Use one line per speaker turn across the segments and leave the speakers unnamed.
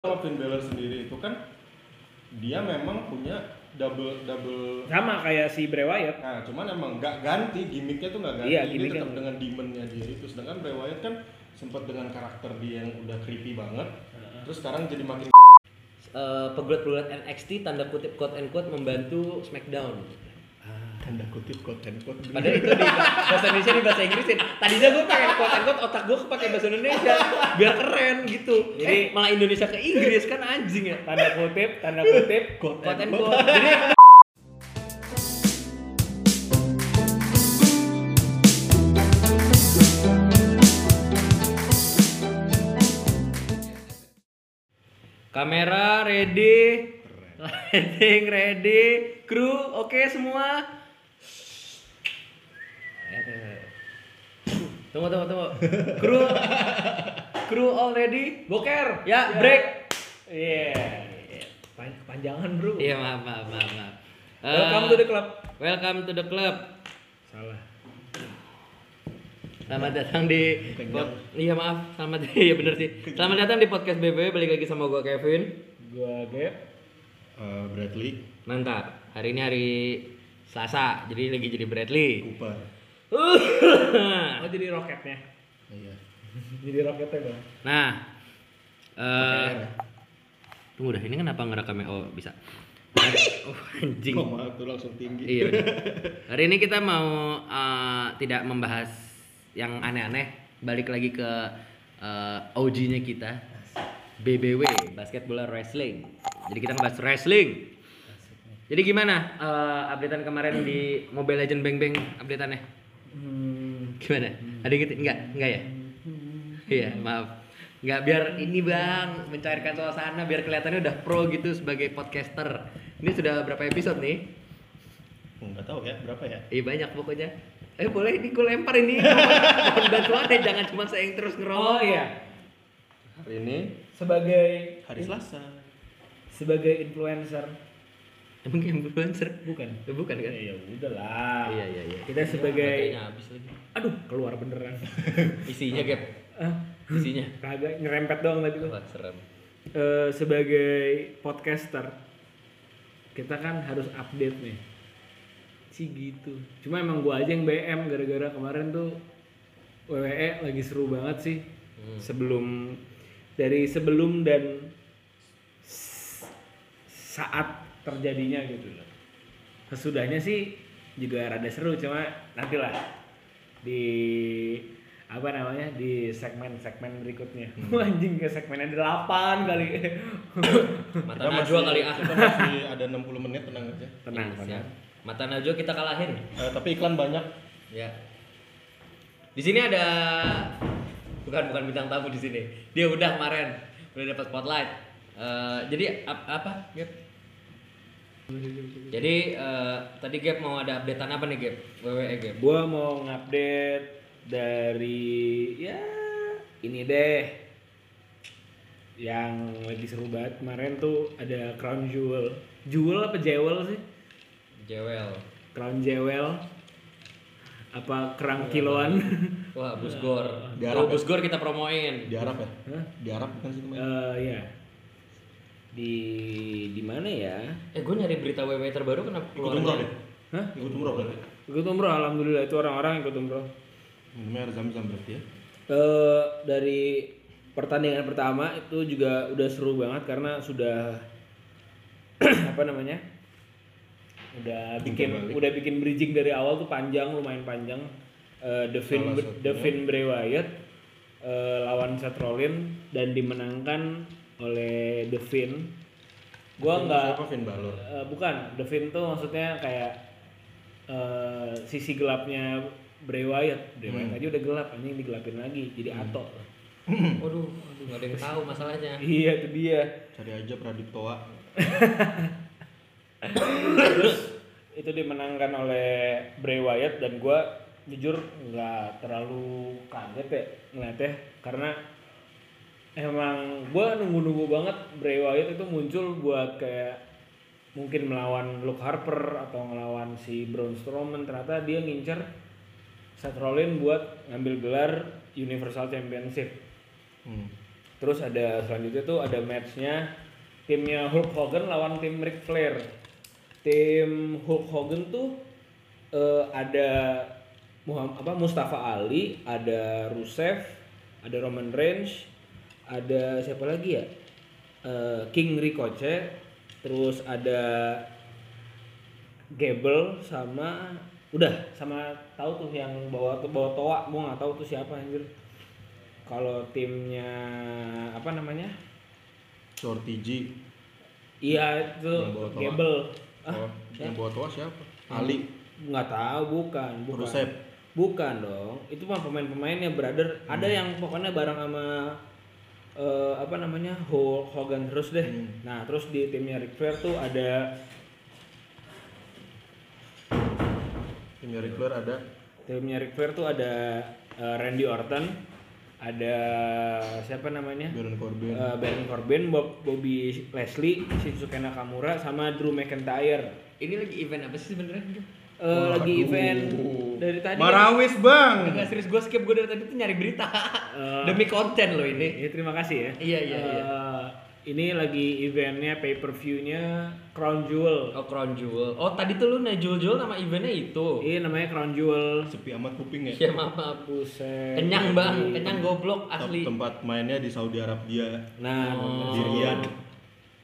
kalau Finn Balor sendiri itu kan dia memang punya double double
Sama kayak si Bray Wyatt.
nah cuman emang nggak ganti gimmicknya tuh nggak ganti
Iya,
dia
gimmicknya
tetap
nggak.
dengan demonnya dia itu sedangkan Bray Wyatt kan sempat dengan karakter dia yang udah creepy banget terus sekarang jadi makin
Eh, pegulat-pegulat NXT tanda kutip quote and quote membantu SmackDown. Ah,
tanda kutip konten
Padahal itu di bahasa Indonesia di bahasa Inggris. Tadinya gue pengen quote and quote otak gue kepake bahasa Indonesia biar keren gitu. Jadi
Jadi-
malah Indonesia ke Inggris kan anjing ya.
Tanda kutip, tanda kutip.
Quote and quote. Jadi Kamera ready, lighting ready, kru oke semua. Eh, Tunggu tunggu tunggu, kru kru all ready, boker ya break.
Iya. Pan- Kepanjangan bro.
Iya maaf maaf maaf. maaf. Eh,
Welcome to the club.
welcome to the club.
Salah.
Selamat datang di pod- Iya maaf, selamat iya bener sih. Selamat datang di podcast BBW balik lagi sama gua Kevin.
Gua Gap.
Eh, Bradley
Mantap. Hari ini hari Selasa, jadi lagi jadi Bradley.
Cooper
Oh jadi roketnya.
iya
Jadi roketnya bang.
Nah, eh tunggu dah, ini kenapa ngerakamnya? Oh bisa. Oh, anjing.
Koma tuh langsung tinggi
Iya. bener. Hari ini kita mau eh, tidak membahas yang aneh-aneh, balik lagi ke eh, OG-nya kita. BBW, basket bola wrestling. Jadi kita ngebahas wrestling. Jadi gimana eh, updatean kemarin di Mobile Legend Bang Bang updateannya?
Hmm.
Gimana? Ada gitu? Enggak, enggak ya? Iya, maaf. Enggak biar ini Bang mencairkan suasana biar kelihatannya udah pro gitu sebagai podcaster. Ini sudah berapa episode nih?
nggak tahu ya berapa ya
Iya banyak pokoknya. Eh boleh ini gue lempar ini. Mohon bantuannya jangan cuma saya yang terus ngerokok.
Oh iya.
hari ini
Sebagai
hari Selasa
sebagai influencer
Emang influencer?
bukan?
Eh, Bukan kan?
Ya udahlah.
Iya iya iya.
Kita sebagai
Baterainya habis lagi.
aduh keluar beneran.
Isinya gap.
Ah,
Isinya.
Kagak nyerempet doang tadi tuh.
Wah serem.
Eh, sebagai podcaster kita kan harus update nih sih gitu cuma emang gua aja yang BM gara-gara kemarin tuh WWE lagi seru banget sih sebelum dari sebelum dan s- saat terjadinya gitu loh sesudahnya sih juga rada seru cuma nantilah di apa namanya di segmen-segmen berikutnya anjing ke segmennya 8 kali
Mata
Kita
Najwa
masih-
kali ah.
kita masih ada 60 menit tenang aja
tenang
Iya,
tenang
siap. Mata Najwa kita kalahin.
Eh, tapi iklan banyak
Ya. Di sini ada bukan bukan bintang tamu di sini. Dia udah kemarin udah dapat spotlight. Eh, jadi ap- apa? Gap? Jadi eh, tadi Gap mau ada updatean apa nih Gap? WWE Gap.
gue mau ngupdate dari ya ini deh yang lagi seru banget kemarin tuh ada crown jewel jewel apa jewel sih
Jewel.
crown jewel apa kerang kiloan
Wah, Busgor.
Di
Oh,
Arab ya?
Busgor kita promoin.
di Arab ya
Hah?
di Arab bukan sih teman
Eh, ya di di mana ya
Eh, gue nyari berita WWE terbaru kenapa
ikut umroh
keluarnya?
deh
Hah?
ikut umroh berarti
ikut umroh alhamdulillah itu orang-orang ikut umroh
minumnya ada zam-zam berarti ya
Eh, dari pertandingan pertama itu juga udah seru banget karena sudah apa namanya udah bikin
balik.
udah bikin bridging dari awal tuh panjang lumayan panjang Eh, Devin
Salah satunya.
Devin Bray Wyatt eh, lawan Seth Rollins dan dimenangkan oleh Devin gua nggak
Siapa Finn Balor?
Eh, bukan, The Fin tuh maksudnya kayak eh, sisi gelapnya Bray Wyatt. Bray Wyatt aja udah gelap, ini digelapin lagi jadi ato.
Waduh, aduh, nggak ada yang tahu masalahnya.
Iya, itu dia.
Cari aja Pradiptoa.
Itu dimenangkan oleh Bray Wyatt dan gua jujur nggak terlalu kaget ya ngeliatnya karena emang gua nunggu-nunggu banget Bray Wyatt itu muncul buat kayak mungkin melawan Luke Harper atau ngelawan si Braun Strowman ternyata dia ngincer Seth Rollins buat ngambil gelar Universal Championship
Hmm.
Terus ada selanjutnya tuh ada matchnya timnya Hulk Hogan lawan tim Ric Flair. Tim Hulk Hogan tuh eh, ada Muhammad, apa Mustafa Ali, ada Rusev, ada Roman Reigns, ada siapa lagi ya? Eh, King Ricochet, terus ada Gable sama udah sama tahu tuh yang bawa bawa toa gua nggak tahu tuh siapa anjir kalau timnya apa namanya
Shorty G
iya itu
Yang bawa toa.
Gable ah
oh, yang bawa toa siapa Ali
nggak tahu bukan bukan
Rusev
bukan dong itu mah pemain-pemainnya brother ada
Hmm.
yang pokoknya bareng sama eh, apa namanya Hulk Hogan terus deh
Hmm.
nah terus di timnya Ric Flair tuh ada
tim Ric Flair ada
timnya Ric Flair tuh ada eh, Randy Orton ada siapa namanya
Baron Corbin
Eh, Baron Corbin, Bob, Bobby Leslie, Shinsuke Nakamura, sama Drew McIntyre.
Ini lagi event apa sih sebenarnya?
Eh, lagi event dari tadi. kan? Iya
Marawis bang
Enggak serius gue skip gue dari tadi tuh nyari berita
Eh.
demi konten loh ini.
Ya, terima kasih ya.
Iya iya iya.
Eh, ini lagi eventnya pay per view-nya Crown Jewel.
Oh Crown Jewel. Oh tadi tuh lu nejul-jul nama eventnya itu.
Ini Iya, namanya Crown Jewel.
sepi amat kuping ya
Iya,
Ya maaf maaf.
Buset.
Kenyang
Iya,
bang, kenyang goblok asli.
tempat mainnya di Saudi Arabia
Nah,
Oh.
di Riyadh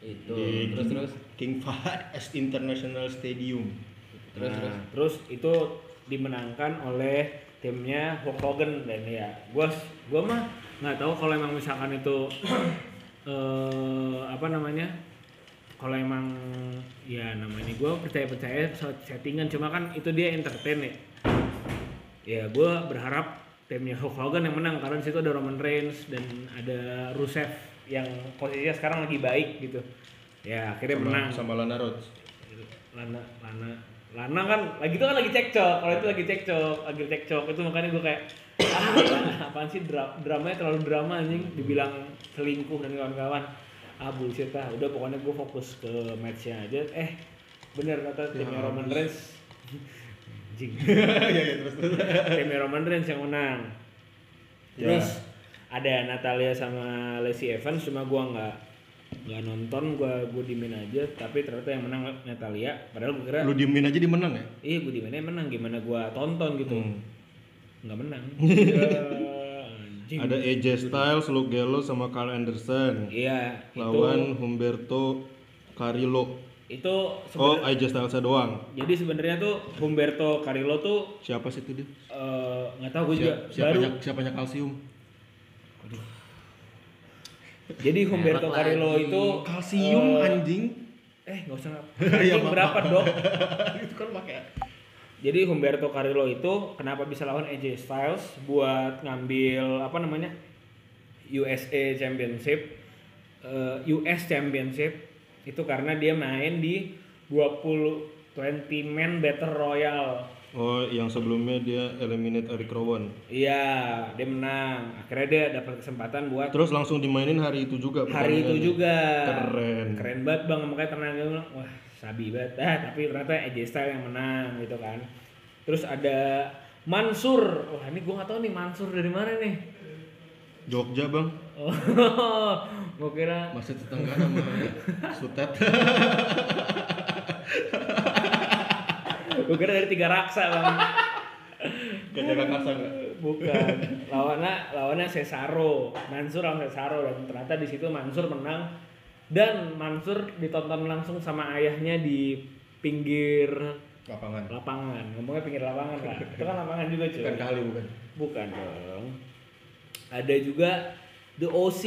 Itu
di
terus terus
King Fahad S International Stadium
terus
Nah,
terus.
terus itu dimenangkan oleh timnya Hulk Hogan dan ya gua gua mah nggak tahu kalau emang misalkan itu eh apa namanya kalau emang ya namanya gua percaya percaya settingan cuma kan itu dia entertain ya ya gua berharap timnya Hulk Hogan yang menang karena di situ ada Roman Reigns dan ada Rusev yang posisinya sekarang lagi baik gitu ya akhirnya
sama,
menang
sama Lana Rhodes
Lana Lana Lana kan lagi itu kan lagi cekcok kalau itu lagi cekcok lagi cekcok itu makanya gue kayak ah, Lana, apaan sih dra dramanya terlalu drama anjing dibilang selingkuh dan kawan-kawan ah bullshit lah udah pokoknya gue fokus ke matchnya aja eh bener kata timnya Roman Reigns anjing
ya ya terus terus
timnya Roman Reigns yang menang
Ya.
terus ada Natalia sama Lacey Evans cuma gua nggak nggak nonton gua gua diemin aja tapi ternyata yang menang Natalia padahal gua kira
lu diemin aja di menang ya
iya gue di mana yang menang gimana gua tonton gitu
Hmm.
nggak menang Ya, anjing.
ada AJ Styles, Luke Gallows sama Carl Anderson
iya itu
lawan Humberto Carrillo
itu
oh
seben-
AJ Styles doang
jadi sebenarnya tuh Humberto Carrillo tuh
siapa sih itu dia
eh, nggak tahu gue juga
Siap-
baru
siapanya siapanya kalsium
jadi
Enak
Humberto Carrillo
lagi.
itu
Oh, kalsium anjing
eh nggak usah ngap-
Iya,
anjing
maaf.
berapa dok
itu kan pakai
Jadi Humberto Carrillo itu kenapa bisa lawan AJ Styles buat ngambil apa namanya USA Championship, eh, US Championship itu karena dia main di 20 20 man battle royal.
oh yang sebelumnya dia eliminate Eric Rowan
Iya, dia menang. Akhirnya dia dapat kesempatan buat
terus langsung dimainin hari itu juga
hari itu
pertandingannya.
juga.
keren
Keren banget bang, makanya tenaga gue bilang, wah sabi banget. Ah, tapi ternyata AJ Styles yang menang gitu kan. Terus ada Mansur, wah ini gue gak tahu nih Mansur dari mana nih.
Jogja bang
Oh, gue kira
masih tetangga sama Sutet
gue kira dari tiga raksa bang.
gak jaga kasar nggak?
Bukan. Lawannya lawannya Cesaro, Mansur lawan Cesaro dan ternyata di situ Mansur menang dan Mansur ditonton langsung sama ayahnya di pinggir
lapangan
lapangan. Ngomongnya pinggir lapangan lah. Itu kan lapangan juga cuy.
bukan kali bukan
Bukan dong. Ada juga The OC.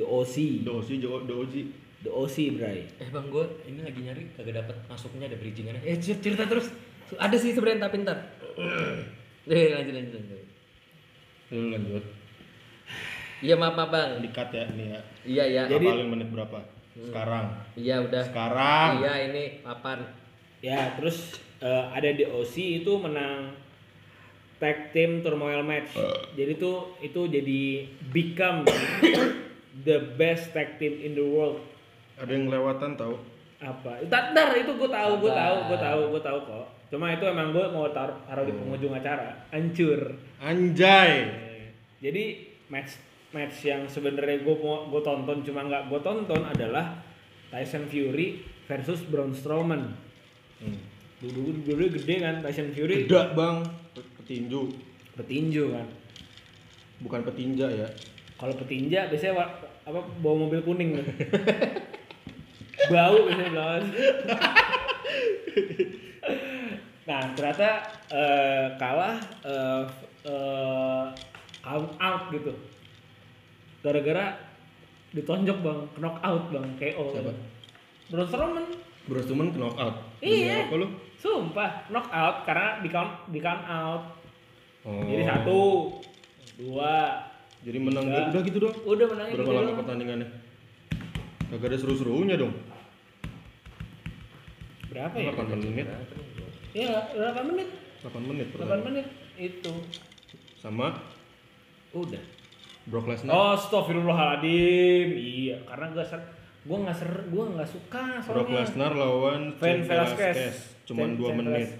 The OC.
Doji Jo Doji
The OC, Bray.
Eh bang gue ini lagi nyari kagak dapet masuknya ada bridgingannya. Eh cer- cerita terus. Ada sih sebenarnya tapi ntar. Eh lanjut lanjut lanjut.
lu lanjut
Iya maaf maaf bang.
dikat ya ini ya
Iya iya.
Jadi- Hmm.
paling menit berapa sekarang
Iya udah.
sekarang
Iya ini papan.
Ya, terus eh, ada The OC itu menang tag team turmoil match. Jadi tuh itu jadi become the best tag team in the world.
ada yang lewatan tahu
Apa? Ntar, ntar, itu gue tahu, gue tahu, gue
Sabar.
tahu, gue tahu kok. Cuma itu emang gue mau taruh, taruh di penghujung acara, hancur.
anjay
Jadi match match yang sebenarnya gue mau gue tonton cuma nggak gue tonton adalah Tyson Fury versus Braun Strowman.
Hmm.
Dulu dulu gede kan Tyson Fury
Tidak bang, Pe- petinju
petinju kan.
bukan petinja ya.
Kalau petinja biasanya wa- apa bawa mobil kuning kan. Bau biasanya belawas. nah ternyata eh, kalah eh, f- eh, out, out gitu. Gara-gara ditonjok bang, knock out bang, KO.
Siapa?
Braun Strowman
Bro Stuman knock out.
Iya.
Apa lu?
Sumpah, knock out karena di count, di count out.
Oh.
Jadi satu, Iya. dua,
Jadi menang
Tiga.
udah gitu dong.
udah menangnya
Berapa
gitu
lama
doang.
pertandingannya? Kagak ada seru-serunya dong.
Berapa ya?
8 menit.
Ya, 8 menit.
8 menit
8
pertandingan.
menit itu.
Sama
Udah.
Brock Lesnar.
Oh, Astagfirullahaladzim. Iya, karena gak ser gua nggak ser gua nggak suka
Brock
soalnya.
Lesnar lawan
Van
Cain
Velasquez.
Cuman
Van-
2
Van
menit.
Velas-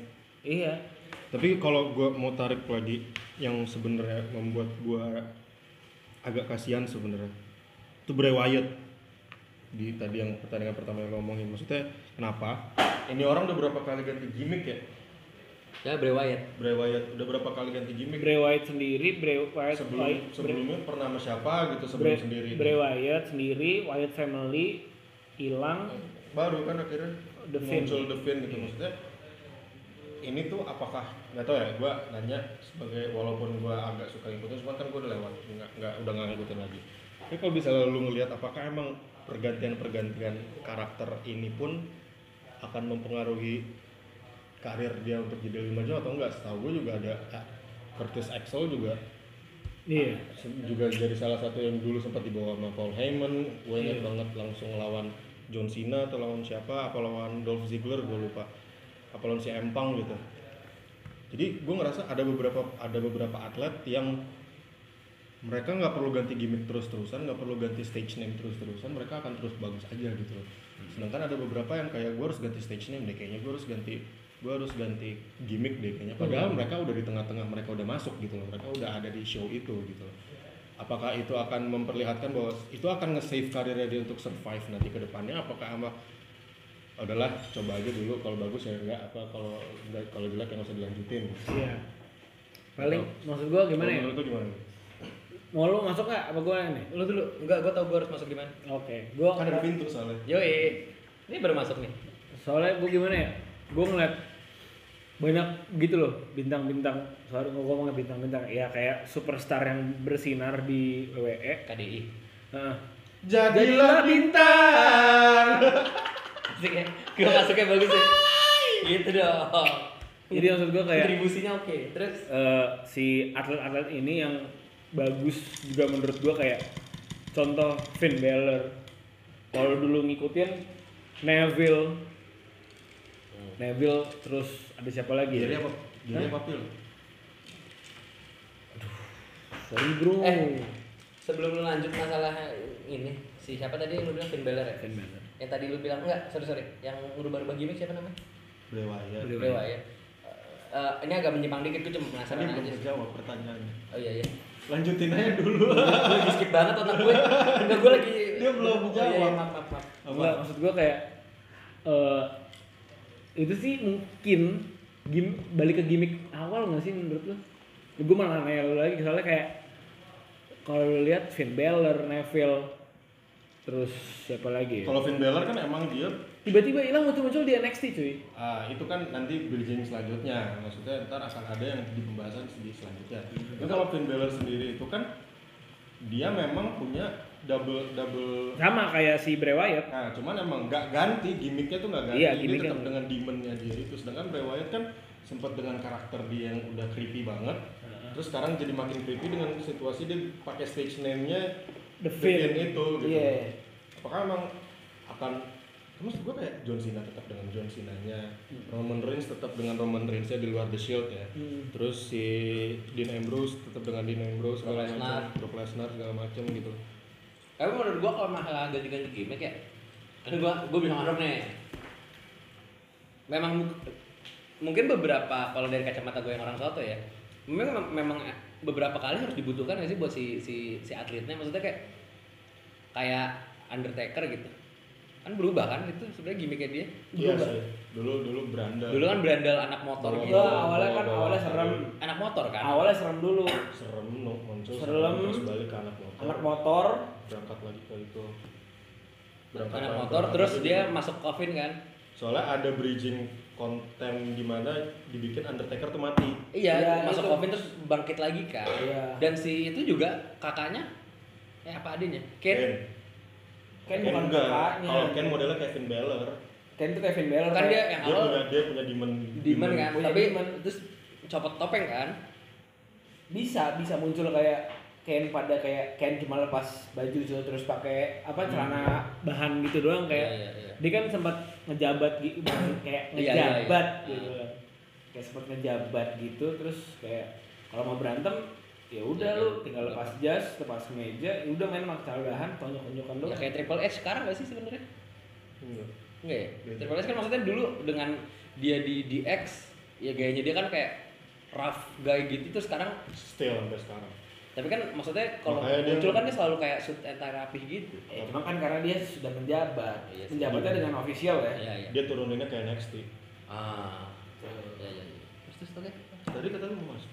Iya.
Tapi kalau gua mau tarik lagi yang sebenarnya membuat gua agak kasihan sebenarnya. Itu Bray Wyatt di tadi yang pertandingan pertama yang lo omongin. Maksudnya kenapa? Ini orang udah berapa kali ganti gimmick ya?
Ya Bray Wyatt.
Bray Wyatt udah berapa kali ganti gimmick?
Bray Wyatt sendiri, Bray Wyatt Bray-
sebelum sebelumnya pernah sama siapa gitu sebelum
Bray,
sendiri.
Bray Wyatt sendiri, Wyatt family hilang.
Baru kan akhirnya
The Fiend.
muncul The Fiend gitu maksudnya. Ini tuh apakah nggak tahu ya? Gua nanya sebagai walaupun gua agak suka ngikutin, cuman kan gua udah lewat, nggak nggak udah nggak ngikutin lagi. Tapi kalau bisa lu ngelihat apakah emang pergantian-pergantian karakter ini pun akan mempengaruhi karir dia untuk jadi lebih maju atau enggak? Setahu gua juga ada ah, Curtis Axel juga
Iya.
juga jadi salah satu yang dulu sempat dibawa sama Paul Heyman gue inget banget langsung lawan John Cena atau lawan siapa apa lawan Dolph Ziggler gue lupa apa lawan si Empang gitu jadi gue ngerasa ada beberapa ada beberapa atlet yang mereka nggak perlu ganti gimmick terus-terusan nggak perlu ganti stage name terus-terusan mereka akan terus bagus aja gitu loh
Hmm.
sedangkan ada beberapa yang kayak gue harus ganti stage name deh kayaknya gue harus ganti gue harus ganti gimmick deh kayaknya padahal
Hmm.
mereka udah di tengah-tengah mereka udah masuk gitu loh mereka udah ada di show itu gitu loh apakah itu akan memperlihatkan bahwa itu akan nge-save karirnya dia untuk survive nanti ke depannya apakah ama adalah coba aja dulu kalau bagus ya enggak apa kalau enggak- kalau jelek ya nggak usah dilanjutin
Iya. Paling maksud gua gimana
Kalau
ya?
menurut lu gimana
Mau lu masuk gak? Apa gua nih?
Lu dulu. Enggak, gua tau gua harus masuk di mana.
Oke, gua
kan ada pintu soalnya
Yoi. Ini baru masuk nih.
soalnya gue gimana ya gue ngeliat banyak gitu loh bintang-bintang soalnya gue ngomongnya bintang-bintang ya kayak superstar yang bersinar di E. WWE
KDI.
Heeh.
jadilah bintang
Asik ya. Gua masuknya bagus ya. Gitu dong.
jadi maksud gue kayak
kontribusinya oke. Terus
eh, si atlet-atlet ini yang bagus juga menurut gue kayak contoh Finn Balor kalau dulu ngikutin Neville Neville terus ada siapa lagi
Hmm.
ya?
jadi apa jadi apa pil
sorry bro
Eh. sebelum lu lanjut masalah ini, si siapa tadi yang lu bilang Finn Balor ya?
Finn Balor
Yang tadi lu bilang enggak, sorry sorry, yang berubah-ubah gimmick siapa namanya?
Bray Wyatt
Bray Wyatt.
Dewa ya. Eh, eh, ini agak menyimpang dikit, gue
tadi
cuma penasaran
belum
aja. sih.
terjawab pertanyaannya
Oh iya iya.
lanjutin aja dulu
gue lagi skip banget otak gue enggak gue lagi
Dia belum
Oh, iya, iya,
jawab.
maaf maaf maaf
Enggak, maksud gua kayak eh itu sih mungkin gim- balik ke gimmick awal nggak sih menurut lo? Ya, gue malah nanya lu lagi soalnya kayak kalau lu lihat Finn Balor, Neville, terus siapa lagi? ya?
kalau Finn Balor kan emang dia
Tiba-tiba hilang muncul-muncul di NXT cuy.
Ah, itu kan nanti bridging selanjutnya maksudnya ntar akan ada yang di pembahasan di selanjutnya Tapi kalau Finn Balor sendiri itu kan dia memang punya double double
Sama kayak si Bray Wyatt.
nah cuman emang nggak ganti gimmicknya tuh nggak ganti
Iya,
dia
gimmicknya
tetap dengan demonnya dia itu sedangkan Bray Wyatt kan sempat dengan karakter dia yang udah creepy banget terus sekarang jadi makin creepy dengan situasi dia pakai stage name-nya The
The Fiend.
Fiend itu gitu
Iya.
apakah emang akan terus gue kayak John Cena tetap dengan John Cena-nya Roman Reigns tetap dengan Roman Reigns-nya di luar The Shield ya
Hmm.
terus si Dean Ambrose tetap dengan Dean Ambrose segala
Brock
macam Brock Lesnar segala macam gitu
tapi menurut gue kalau masalah ganti-ganti gimmick ya kan gue gue bilang Arom nih memang mungkin beberapa kalau dari kacamata gue yang orang soto ya memang memang beberapa kali harus dibutuhkan nggak sih buat si si si atletnya maksudnya kayak kayak Undertaker gitu kan berubah kan itu sebenarnya gimmicknya dia
Iya
berubah
sih. Dulu dulu berandal.
dulu kan berandal anak motor
Bawa-
gitu
bawa-
Iya, awalnya kan
bawa-
awalnya
bawa-
serem.
anak motor kan
Awalnya serem dulu.
Serem no, muncul.
Serem.
Terus balik ke anak motor.
Anak motor,
Berangkat lagi ke itu.
anak
lagi,
motor
berangkat
terus
lagi.
dia masuk coffin kan
Soalnya ada bridging konten di mana dibikin Undertaker tuh mati.
iya
Iya,
masuk
itu.
coffin terus bangkit lagi kan
Iya.
dan si itu juga kakaknya eh apa adanya Kate
Ken.
Ken bukan kakaknya.
Kalau Ken modelnya Kevin Beller.
Ken itu Kevin Beller.
kan dia yang
Dia
awal
punya dia punya demon.
demon kan
Punya
tapi
demon.
terus copot topeng kan
bisa bisa muncul kayak Ken pada kayak Ken cuma lepas baju gitu, terus pakai
Hmm.
apa celana bahan gitu
Iya,
doang kayak
iya, iya.
dia kan sempat ngejabat gitu kayak
Iya, iya, iya.
ngejabat gitu
Ah.
kan. kayak sempat ngejabat gitu terus kayak kalau mau berantem ya udah
Iya,
lu
iya.
tinggal lepas jas lepas meja ya udah main sama celana bahan tonjok tonjokan lu
Ya, kayak Triple H sekarang gak sih sebenarnya
Iya.
Enggak ya?
Beda.
Triple H kan maksudnya dulu dengan dia di DX ya gayanya dia kan kayak rough guy gitu terus sekarang
Still sampai sekarang.
tapi kan maksudnya kalau
Makanya dia-
muncul kan dia selalu kayak suit and tie rapi gitu.
Eh, cuma kan karena dia sudah menjabat
Iya sih.
menjabatnya dengan official ya
Iya iya.
Dia turuninnya kayak NXT.
Ah. Iya iya. iya. Terus terus oke.
Tadi kata lu mau masuk.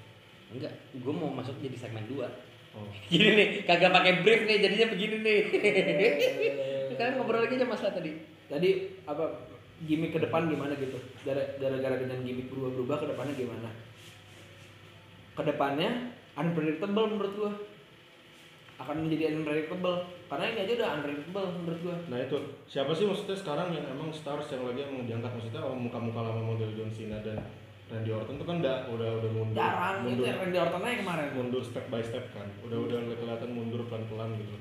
Enggak, gue mau masuk jadi segmen 2
Oh.
Gini nih, kagak pakai break nih, jadinya begini nih.
Eh.
Kalian ngobrol lagi aja masalah tadi.
Tadi apa gimmick ke depan gimana gitu? Gara- Gara-gara dengan gimmick berubah-berubah ke depannya gimana? Ke depannya unpredictable menurut gua. Akan menjadi unpredictable. Karena ini aja udah unpredictable menurut gua.
Nah itu siapa sih maksudnya sekarang yang emang stars yang lagi emang diangkat maksudnya orang muka-muka lama model John Cena dan Randy Orton tuh kan da, udah udah mundur
Jarang gitu ya, itu
mundur,
yang Randy Orton aja kemarin.
mundur step by step kan udah udah kelihatan mundur pelan-pelan gitu.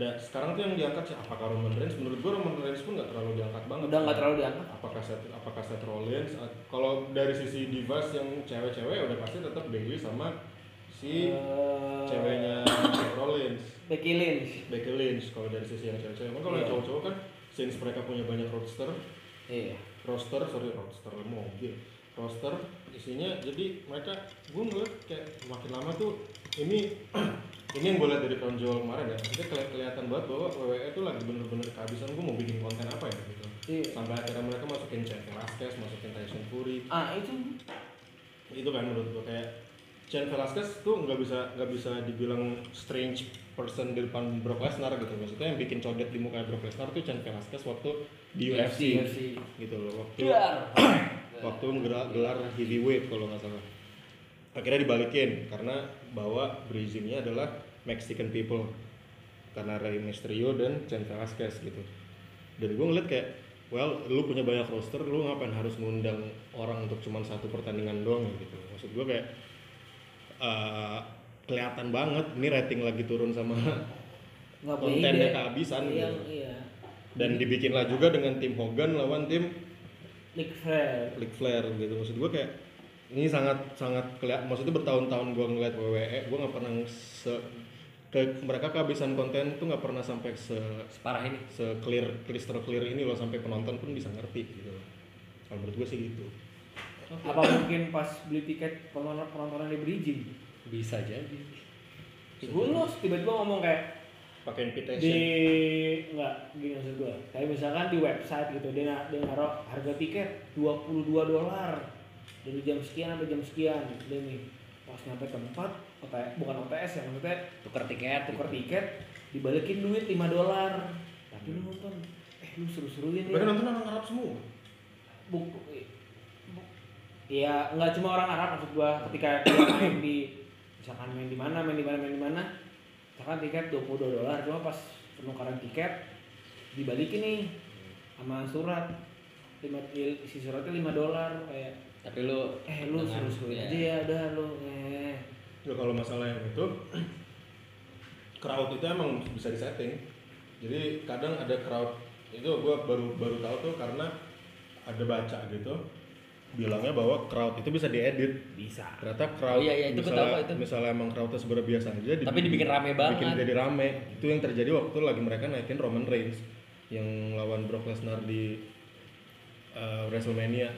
Nah sekarang tuh yang diangkat sih apakah Roman Reigns menurut gua Roman Reigns pun nggak terlalu diangkat banget.
Udah nggak terlalu diangkat.
Apakah Seth, apakah Seth Rollins? A- Kalau dari sisi divas yang cewek-cewek ya udah pasti tetap Bailey sama si
Eh,
ceweknya Seth Rollins.
Becky Lynch.
Becky Lynch kalau dari sisi yang cewek-cewek. Emang kalau yang
Iya.
cowok-cowok kan since mereka punya banyak roster,
Iya.
roster sorry roster mobil, roster isinya jadi mereka gue ngeliat kayak makin lama tuh ini ini yang gue liat dari penjual kemarin ya kita kelihatan banget bahwa WWE tuh lagi bener-bener kehabisan gue mau bikin konten apa ya gitu
Iya.
sampai akhirnya mereka masukin Chad Velasquez, masukin Tyson Fury
Ah, itu
itu kan menurut gue kayak Chad Velasquez tuh nggak bisa nggak bisa dibilang strange person di depan Brock Lesnar gitu maksudnya yang bikin codet di muka Brock Lesnar tuh Chad Velasquez waktu di UFC,
UFC.
gitu loh waktu
Biar.
waktu gelar, gelar heavyweight kalau nggak salah akhirnya dibalikin karena bawa bridgingnya adalah Mexican people karena Rey Mysterio dan Chen Velasquez gitu dan gue ngeliat kayak well lu punya banyak roster lu ngapain harus ngundang orang untuk cuman satu pertandingan doang gitu maksud gue kayak eh, kelihatan banget ini rating lagi turun sama
nggak punya
Kontennya
ide.
kehabisan
Iya,
gitu.
iya.
dan dibikinlah juga dengan tim Hogan lawan tim
Nick Flair.
Ric Flair gitu maksud gue kayak ini sangat sangat kelihatan maksudnya bertahun-tahun gue ngeliat WWE gue nggak pernah se ke, mereka kehabisan konten tuh nggak pernah sampai se
Separah ini.
se clear crystal clear ini loh sampai penonton pun bisa ngerti gitu loh kalau menurut gue sih gitu
Apa mungkin pas beli tiket penonton penontonnya di bridging?
Bisa jadi.
Gue los tiba-tiba ngomong kayak
pakai
di
invitation
enggak gini maksud gue kayak misalkan di website gitu dia na- dia naruh harga tiket 22 dolar dari jam sekian sampai jam sekian dia nih pas nyampe tempat OTS, bukan OTS ya maksudnya
Tuker tiket, tuker
tuker tiket dibalikin duit 5 dolar tapi lu nonton eh lu seru-seruin
mereka
ya
nonton orang Arab semua
buku ya nggak cuma orang Arab maksud gua ketika dia main di misalkan main di mana main di mana main di mana misalkan tiket 22 dolar cuma pas penukaran tiket dibalikin nih sama surat lima isi suratnya 5 dolar kayak
tapi lu
eh lu
dengan-
seru-seruin
ya.
aja ya udah lu eh
ya kalau masalah yang itu crowd itu emang bisa disetting jadi kadang ada crowd itu gue baru baru tahu tuh karena ada baca gitu bilangnya bahwa crowd itu bisa diedit
bisa
ternyata crowd
Oh iya, iya, itu gua
misalnya,
tahu kok itu.
misalnya emang crowdnya sebenarnya biasa aja
Tapi dibikin rame
bikin
banget.
jadi rame itu yang terjadi waktu lagi mereka naikin Roman Reigns yang lawan Brock Lesnar di uh, WrestleMania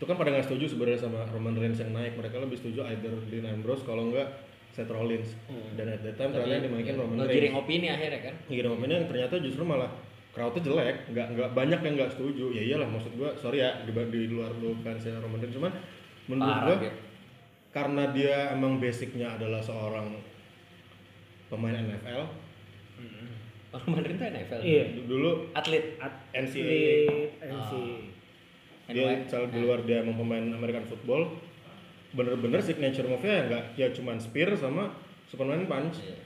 itu kan pada nggak setuju sebenarnya sama Roman Reigns yang naik mereka lebih setuju either Dean Ambrose kalau nggak Seth Rollins
Hmm. ya,
dan at that time ternyata yang dimainkan Roman
Ngegiring
Reigns
opini akhirnya kan.
Giring opini yang ternyata justru malah crowdnya jelek nggak nggak banyak yang nggak setuju ya iyalah maksud gua sorry ya di, di luar lu fansnya Roman Reigns cuman menurut
Parah,
gua
Gil.
karena dia emang basicnya adalah seorang pemain NFL
Orang Mandarin tuh NFL.
Iya.
Du- dulu
Atlet.
NCAA
Atlet MC.
dia cara di luar dia emang pemain American football bener-bener signature move-nya ya nggak ya cuman spear sama Superman punch
Iya.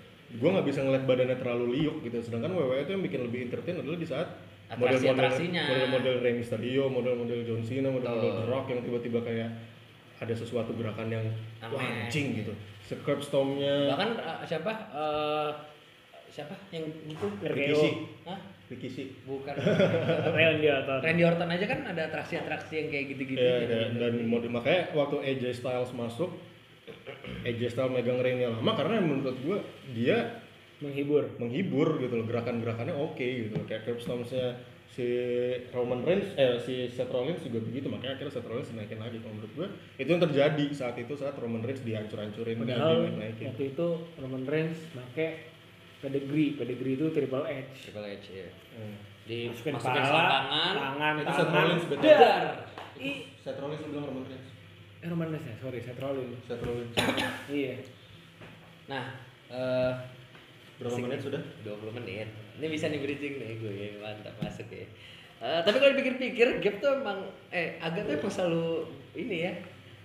gue nggak bisa ngeliat badannya terlalu liuk gitu sedangkan WWE itu yang bikin lebih entertain adalah di saat model-model
Atraksi-atraksinya.
model-model Rey Mysterio model-model John Cena model-model
Betul.
The Rock yang tiba-tiba kayak ada sesuatu gerakan yang wah,
Aneh.
anjing gitu Se curb stormnya
Bahkan eh, siapa? eh, siapa yang itu?
Rikishi
Hah?
Rikishi
Bukan.
Leon di atas.
Randy Orton aja kan ada atraksi-atraksi yang kayak gitu-gitu. kan.
Iya, kayak- dan mode makanya waktu AJ Styles masuk AJ Styles megang ringnya lama karena menurut gue dia
Menghibur.
menghibur gitu loh gerakan-gerakannya oke gitu loh kayak Curb Stompsnya si Roman Reigns eh si Seth Rollins juga begitu makanya akhirnya Seth Rollins dinaikin lagi kalau menurut gue itu yang terjadi saat itu saat Roman Reigns dihancur-hancurin
ya.
Padahal
dinaikin
waktu itu Roman Reigns make pedigree, pedigree itu triple H.
Triple H ya.
Hmm.
Di
Masukin
masukin
pala,
tangan,
tangan,
itu Seth
tangan.
Rollins betul
Dar. Ih.
Itu Seth Rollins yang bilang Roman Reigns
Eh Roman Reigns ya, sorry, Seth Rollins.
Seth Rollins
Iya.
Nah, eh
berapa
Asik.
menit sudah
20 menit. Ini bisa nih bridging nih gue, mantap masuk ya. Eh, tapi kalau dipikir-pikir, Gap tuh emang eh agak tuh emang selalu ini ya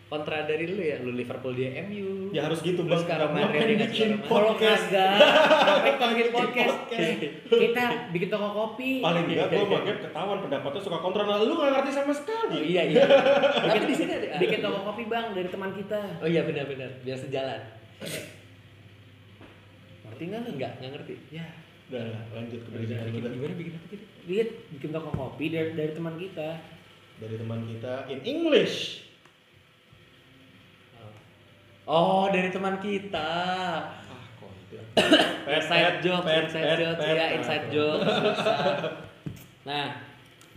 kontra dari lu ya, lu Liverpool dia MU.
Ya, harus gitu,
Lu
Bang.
sekarang
Ngapain
Madrid dengan
bikin
sekarang-
podcast?
Podcast, Gap. Ngapain bikin podcast.
Kita bikin toko kopi.
paling enggak gue sama Gap ketahuan pendapatnya suka kontra nah lu gak ngerti sama sekali
Oh, iya iya. Tapi di sini ada.
Bikin toko kopi bang dari teman kita.
Oh iya benar-benar, biar sejalan.
Ngerti nggak lu?
Enggak, enggak ngerti.
Ya.
udah lah, lanjut ke berita
Bikin-
yang udah.
Gimana bikin apa gitu?
Dia bikin toko kopi dari, dari teman kita.
dari teman kita in English
Oh, dari teman kita.
ah kok itu
Inside jokes, inside jokes, ya
Ah,
inside jokes. susah. Nah,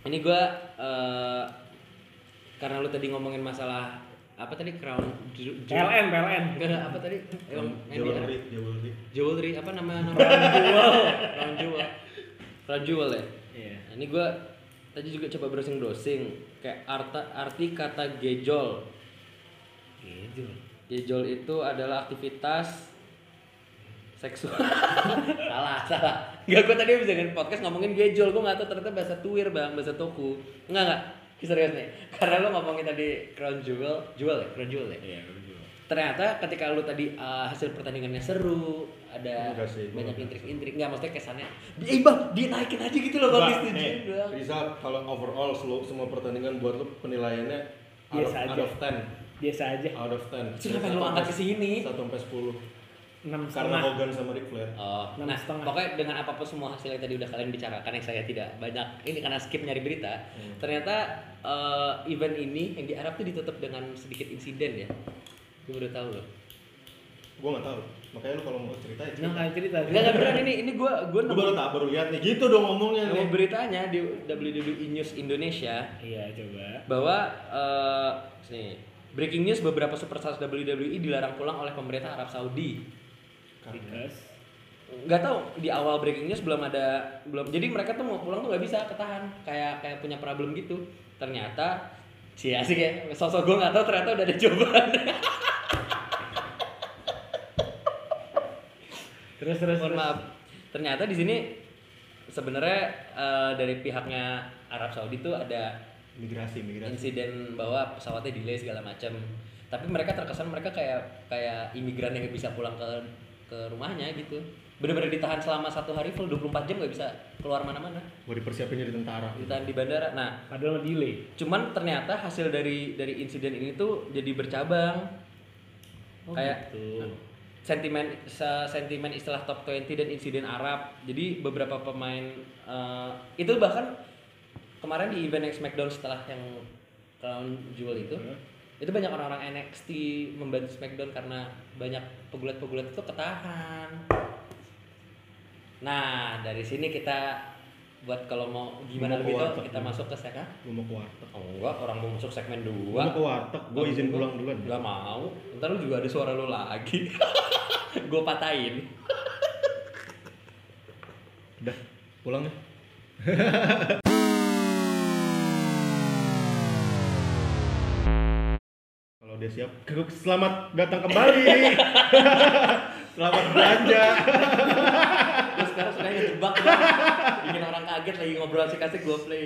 ini gua eh, karena lu tadi ngomongin masalah apa tadi crown ju- ju-
PLN, PLN.
Enggak, enggak, apa tadi? Emang
jewelry jewelry
jewelry apa nama nama crown jewel? Crown jewel. Crown jewel ya.
Iya.
Nah, ini gua tadi juga coba browsing browsing kayak arta, arti kata gejol. Gejol. Gejol itu adalah aktivitas seksual. salah, salah. Enggak gua tadi habis dengerin podcast ngomongin gejol, gua nggak tahu ternyata bahasa tuir, Bang, bahasa toku. Enggak, enggak. Serius nih. Karena lu ngomongin tadi crown jewel, jewel ya, crown jewel ya
iya jewelry
ternyata ketika lu tadi uh, hasil pertandingannya seru ada
Enggak sih, gua
banyak
enggak.
intrik-intrik nggak maksudnya kesannya eh bang dia naikin aja gitu loh bang
Enggak,
setuju
nih,
bang
Rizal, eh, kalau overall seluruh semua pertandingan buat lu penilaiannya out,
Biasa
out
aja.
of 10
Biasa aja.
out of 10
Terus ngapain lu angkat ke sini?
1 sampai 10
Enam
karena
setengah.
Hogan sama Ric Flair
oh,
Enam
nah
setengah.
pokoknya dengan apapun semua hasil yang tadi udah kalian bicarakan yang saya tidak banyak ini karena skip nyari berita
Hmm.
ternyata uh, event ini yang di Arab tuh ditutup dengan sedikit insiden ya gue udah tahu loh
gue gak tau makanya lu kalau mau cerita ya
Iya,
cerita
Nah, kali cerita.
nggak nggak beneran ini ini gue gue
gue
nemu,
baru tak baru lihat nih gitu dong ngomongnya
nemu
nih
beritanya di WWE News Indonesia
Iya, coba.
bahwa eh, nih breaking news beberapa superstars WWE dilarang pulang oleh pemerintah Arab Saudi.
Because
Nggak tahu di awal breaking news belum ada belum jadi mereka tuh mau pulang tuh nggak bisa ketahan kayak kayak punya problem gitu. Ternyata si asik ya sosok gue nggak tahu ternyata udah ada cobaan.
terus terus
Mohon
terus.
maaf. Ternyata di sini sebenarnya eh, dari pihaknya Arab Saudi tuh ada
migrasi migrasi
insiden bahwa pesawatnya delay segala macam tapi mereka terkesan mereka kayak kayak imigran yang nggak bisa pulang ke ke rumahnya gitu bener-bener ditahan selama satu hari full 24 jam nggak bisa keluar mana-mana
mau dipersiapin jadi tentara
ditahan di bandara nah
Padahal delay.
cuman ternyata hasil dari dari insiden ini tuh jadi bercabang kayak
gitu.
sentimen se- sentimen istilah top 20 dan insiden Arab jadi beberapa pemain eh, itu bahkan kemarin di event yang Smackdown setelah yang Crown Jewel itu itu banyak orang-orang NXT membantu Smackdown karena banyak pegulat-pegulat itu ketahan nah dari sini kita buat kalau mau gimana
Mau
lebih
keluar,
tahu kita
Pak.
masuk ke segmen
gue mau ke warteg
Oh, enggak orang mau masuk segmen
gue mau
dua
ke warteg gue izin pulang duluan
Gak mau. Ntar lu juga ada suara lu lagi. gue patahin
Udah, pulang ya. Kalau dia siap, ke- selamat datang kembali. selamat belanja.
terus sekarang sudah ngejebak gua. bikin orang kaget lagi ngobrol asik-asik gue play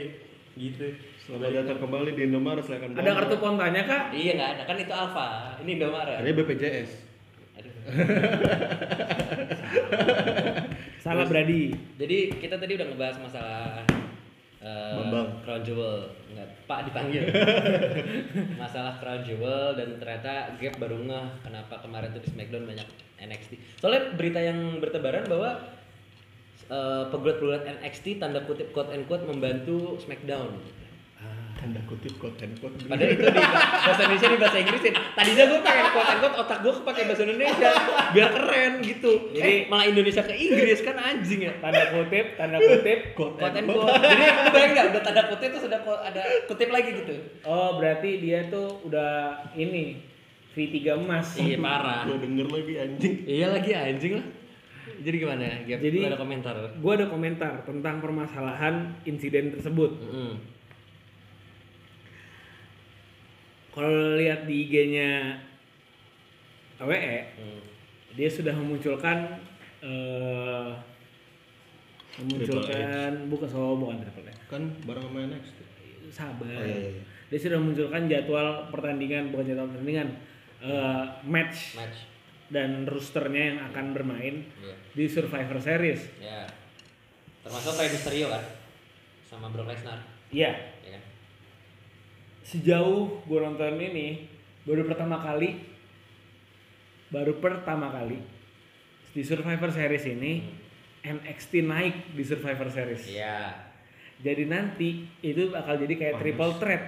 gitu
Selamat datang kembali di Indomaret silakan
Ada kartu pontanya kak?
iya nggak ada kan itu Alfa ini Indomaret
Ada BPJS.
Aduh.
Salah beradi.
jadi kita tadi udah ngebahas masalah eh,
Bambang.
crown jewel nggak pak dipanggil masalah crown jewel dan ternyata gap baru ngeh kenapa kemarin tuh di smackdown banyak NXT soalnya berita yang bertebaran bahwa eh, pegulat-pegulat NXT tanda kutip quote and quote membantu smackdown
Ah, Tanda kutip konten quote.
Padahal itu di bahasa Indonesia di bahasa ya. Inggrisin. Tadinya gue pengen kuat kuat otak gue kepake bahasa Indonesia biar keren gitu. Jadi
Jadi-
malah Indonesia ke Inggris kan anjing ya.
Tanda kutip, tanda kutip.
Quote
Kuat
and
kuat.
quote.
Jadi lu bayangin nggak udah tanda kutip terus ada ko- ada kutip lagi gitu.
Oh berarti dia tuh udah ini V3 emas.
Iya parah.
Gue denger lagi anjing.
Iya lagi anjing lah. Jadi gimana? Gap,
Jadi-
Lu ada komentar.
Gue ada komentar tentang permasalahan insiden tersebut.
Mm-mm.
Kalau lihat di IG-nya AWE,
Mm.
dia sudah memunculkan eh memunculkan bukan soal bukan triple H.
Kan bareng sama next.
Sabar.
Oh, iya, iya, iya.
Dia sudah memunculkan jadwal pertandingan bukan jadwal pertandingan eh, match
Match.
dan rosternya yang akan bermain
Iya.
di Survivor Series.
Ya. Termasuk Rey Mysterio kan sama Brock Lesnar,
Iya,
ya kan?
sejauh gue nonton ini baru pertama kali baru pertama kali di Survivor Series ini NXT naik di Survivor Series.
Iya.
Jadi nanti itu bakal jadi kayak triple threat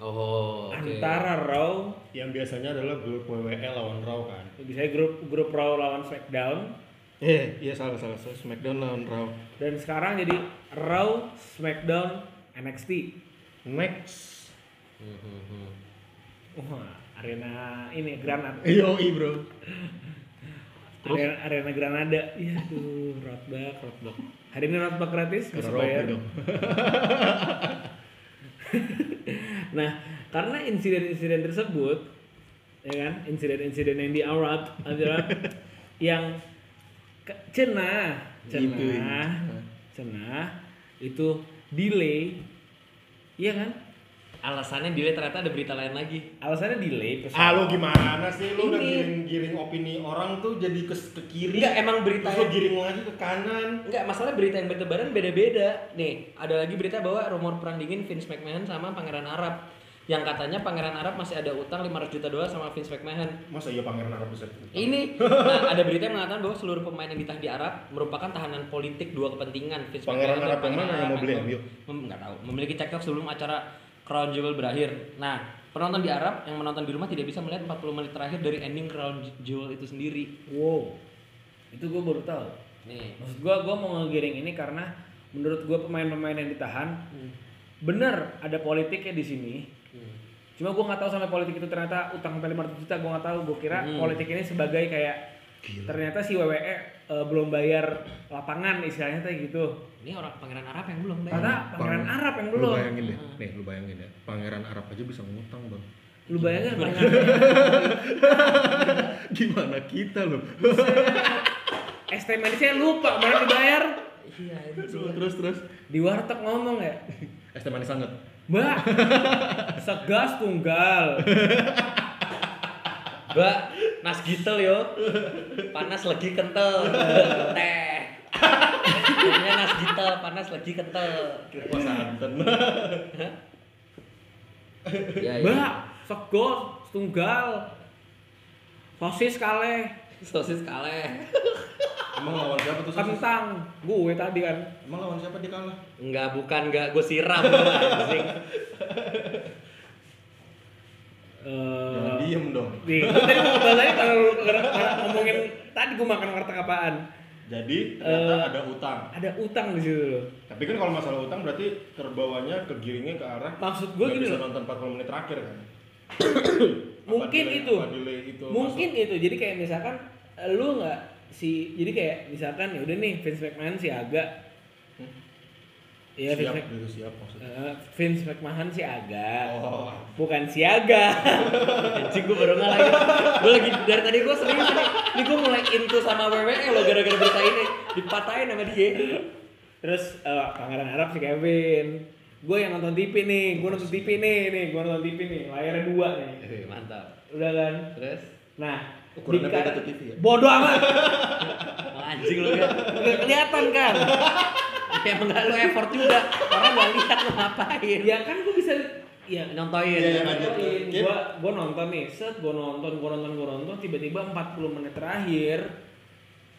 Oh, oke.
antara Raw,
Yang biasanya adalah grup WWE lawan Raw kan.
misalnya grup grup Raw lawan SmackDown
Eh, iya salah salah salah. Smackdown lawan Raw.
dan sekarang jadi Raw, SmackDown, NXT.
Next.
Hmm, hmm, hmm.
Mm-hmm.
Wah, arena ini Granada.
Yoi bro.
Arena, arena Granada. Iya tuh, Rotbak, Rotbak. Hari ini Rotbak gratis bisa
Karena
bayar.
Rocky dong.
Nah, karena insiden-insiden tersebut ya kan, insiden-insiden yang di Arab adalah yang ke- cenah,
Gitu,
cenah, cenah itu delay. Iya kan?
Alasannya delay ternyata ada berita lain lagi.
Alasannya delay pesawat.
Ah lu gimana sih lu udah
Ini.
giring-giring opini orang tuh jadi ke, ke kiri.
Enggak, emang berita
Terus
ya.
lu giring lagi ke kanan.
Enggak, masalah berita yang bertebaran beda-beda. Nih, ada lagi berita bahwa rumor perang dingin Vince McMahon sama Pangeran Arab. Yang katanya Pangeran Arab masih ada utang 500 juta dolar sama Vince McMahon.
Masa iya pangeran Arab bisa?
Ini nah, ada berita yang mengatakan bahwa seluruh pemain yang ditahan di Arab merupakan tahanan politik dua kepentingan. Vince
Pangeran
McMahon dan
Arab yang mana
Pangeran
yang mau beli
Arab.
MU?
Mem- nggak tahu. Memiliki cekcok sebelum acara Crown Jewel berakhir. Nah, penonton di Arab yang menonton di rumah tidak bisa melihat 40 menit terakhir dari ending Crown Jewel itu sendiri.
Wow. Itu gue baru tahu.
Nih.
Maksud gue, gue mau ngegiring ini karena menurut gue pemain-pemain yang ditahan bener ada politiknya di sini.
Hmm.
Cuma gue nggak tahu sampai politik itu ternyata utang sampai 500 juta gue nggak tahu. Gue kira politik ini sebagai kayak ternyata si WWE eh, belum bayar lapangan istilahnya kayak gitu.
Ini orang Pangeran Arab yang belum bayar.
Karena pangeran
Bang,
Arab yang
Lu
belum. Hmm.
bayangin ya, nih lu bayangin ya, pangeran Arab aja bisa ngutang bang.
Lu bayangin pangeran
Gimana kita loh?
ST manisnya lupa mana dibayar.
Iya, itu.
terus terus.
Di warteg ngomong ya,
Es teh manis sangat.
Mbak, segas tunggal.
Mbak, nas gitel yo. Panas lagi kental. Teh. Ini nas gitel, panas lagi kental.
Wah santan.
Ya,
Mbak, segas tunggal. Sosis kale,
Sosis kaleng.
Emang lawan siapa tuh? Sosis?
kentang. Gue tadi kan.
Emang lawan siapa dia kalah?
Enggak, bukan enggak gue siram anjing.
Eh,
Jangan diem dong.
Nih, gua tadi mau ngebahasnya karena lu gara- gara ngomongin tadi gue makan warteg apaan.
Jadi ternyata
Eh.
ada utang.
Ada utang di situ loh.
Tapi kan kalau masalah utang berarti terbawanya ke giringnya ke arah
Maksud gua
nggak
gini
bisa
loh.
nonton 40 menit terakhir kan. Apa
Mungkin
delay-
itu.
apa delay itu
Mungkin itu. gitu, Jadi kayak misalkan eh, lu nggak si jadi kayak misalkan ya udah nih Vince McMahon si agak Iya,
siap
Vince, Mc-
gitu siap maksudnya.
eh, Vince McMahon si agak
Oh,
bukan siaga
Anjing gue baru ngalah ya. Gue lagi dari tadi gue sering nih. Ini gue mulai into sama WWE lo gara-gara berita ini. Dipatahin sama dia.
terus eh, pangeran Arab si Kevin gue yang nonton TV nih gue nonton TV nih nih gue nonton TV nih layarnya dua nih
iya,
Eh, Mantap.
udah kan
Terus?
nah
Ukurannya
dikar-
beda tuh TV ya?
bodoh amat
Wah, anjing lo ya.
nggak kelihatan kan
Emang gak lo effort juga. Orang gak lihat lo ngapain.
ya kan gue bisa ya
Nyontoin.
Iya, iya, lanjut.
nontonin
Oke.
gue gue gitu. nonton nih set gue nonton gue nonton gue nonton tiba-tiba 40 menit terakhir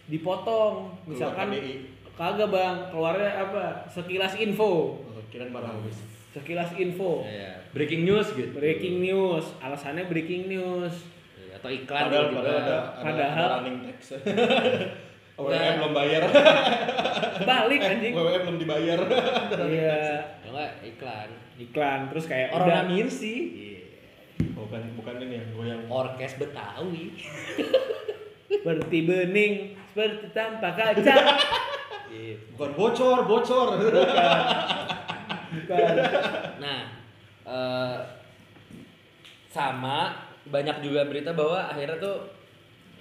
dipotong misalkan
KDI.
kagak bang keluarnya apa sekilas info
oh, kirain barang habis.
sekilas info
Iya. Breaking news gitu.
breaking news alasannya breaking news
Iya, Atau iklan
Padahal
gitu.
padahal ada ada-
Padahal- Nah.
ada running tax. WWF belum bayar.
balik
Eh,
anjing
WWF belum dibayar.
iya
Kalau nggak iklan. Iya.
iklan terus kayak
Orang
udah
namin sih.
Bukan bukan ini ya, gue yang
Orkes Betawi.
seperti bening seperti tanpa kaca
Iya.
bukan bocor, bocor.
bukan
Nah, eh, sama banyak juga berita bahwa akhirnya tuh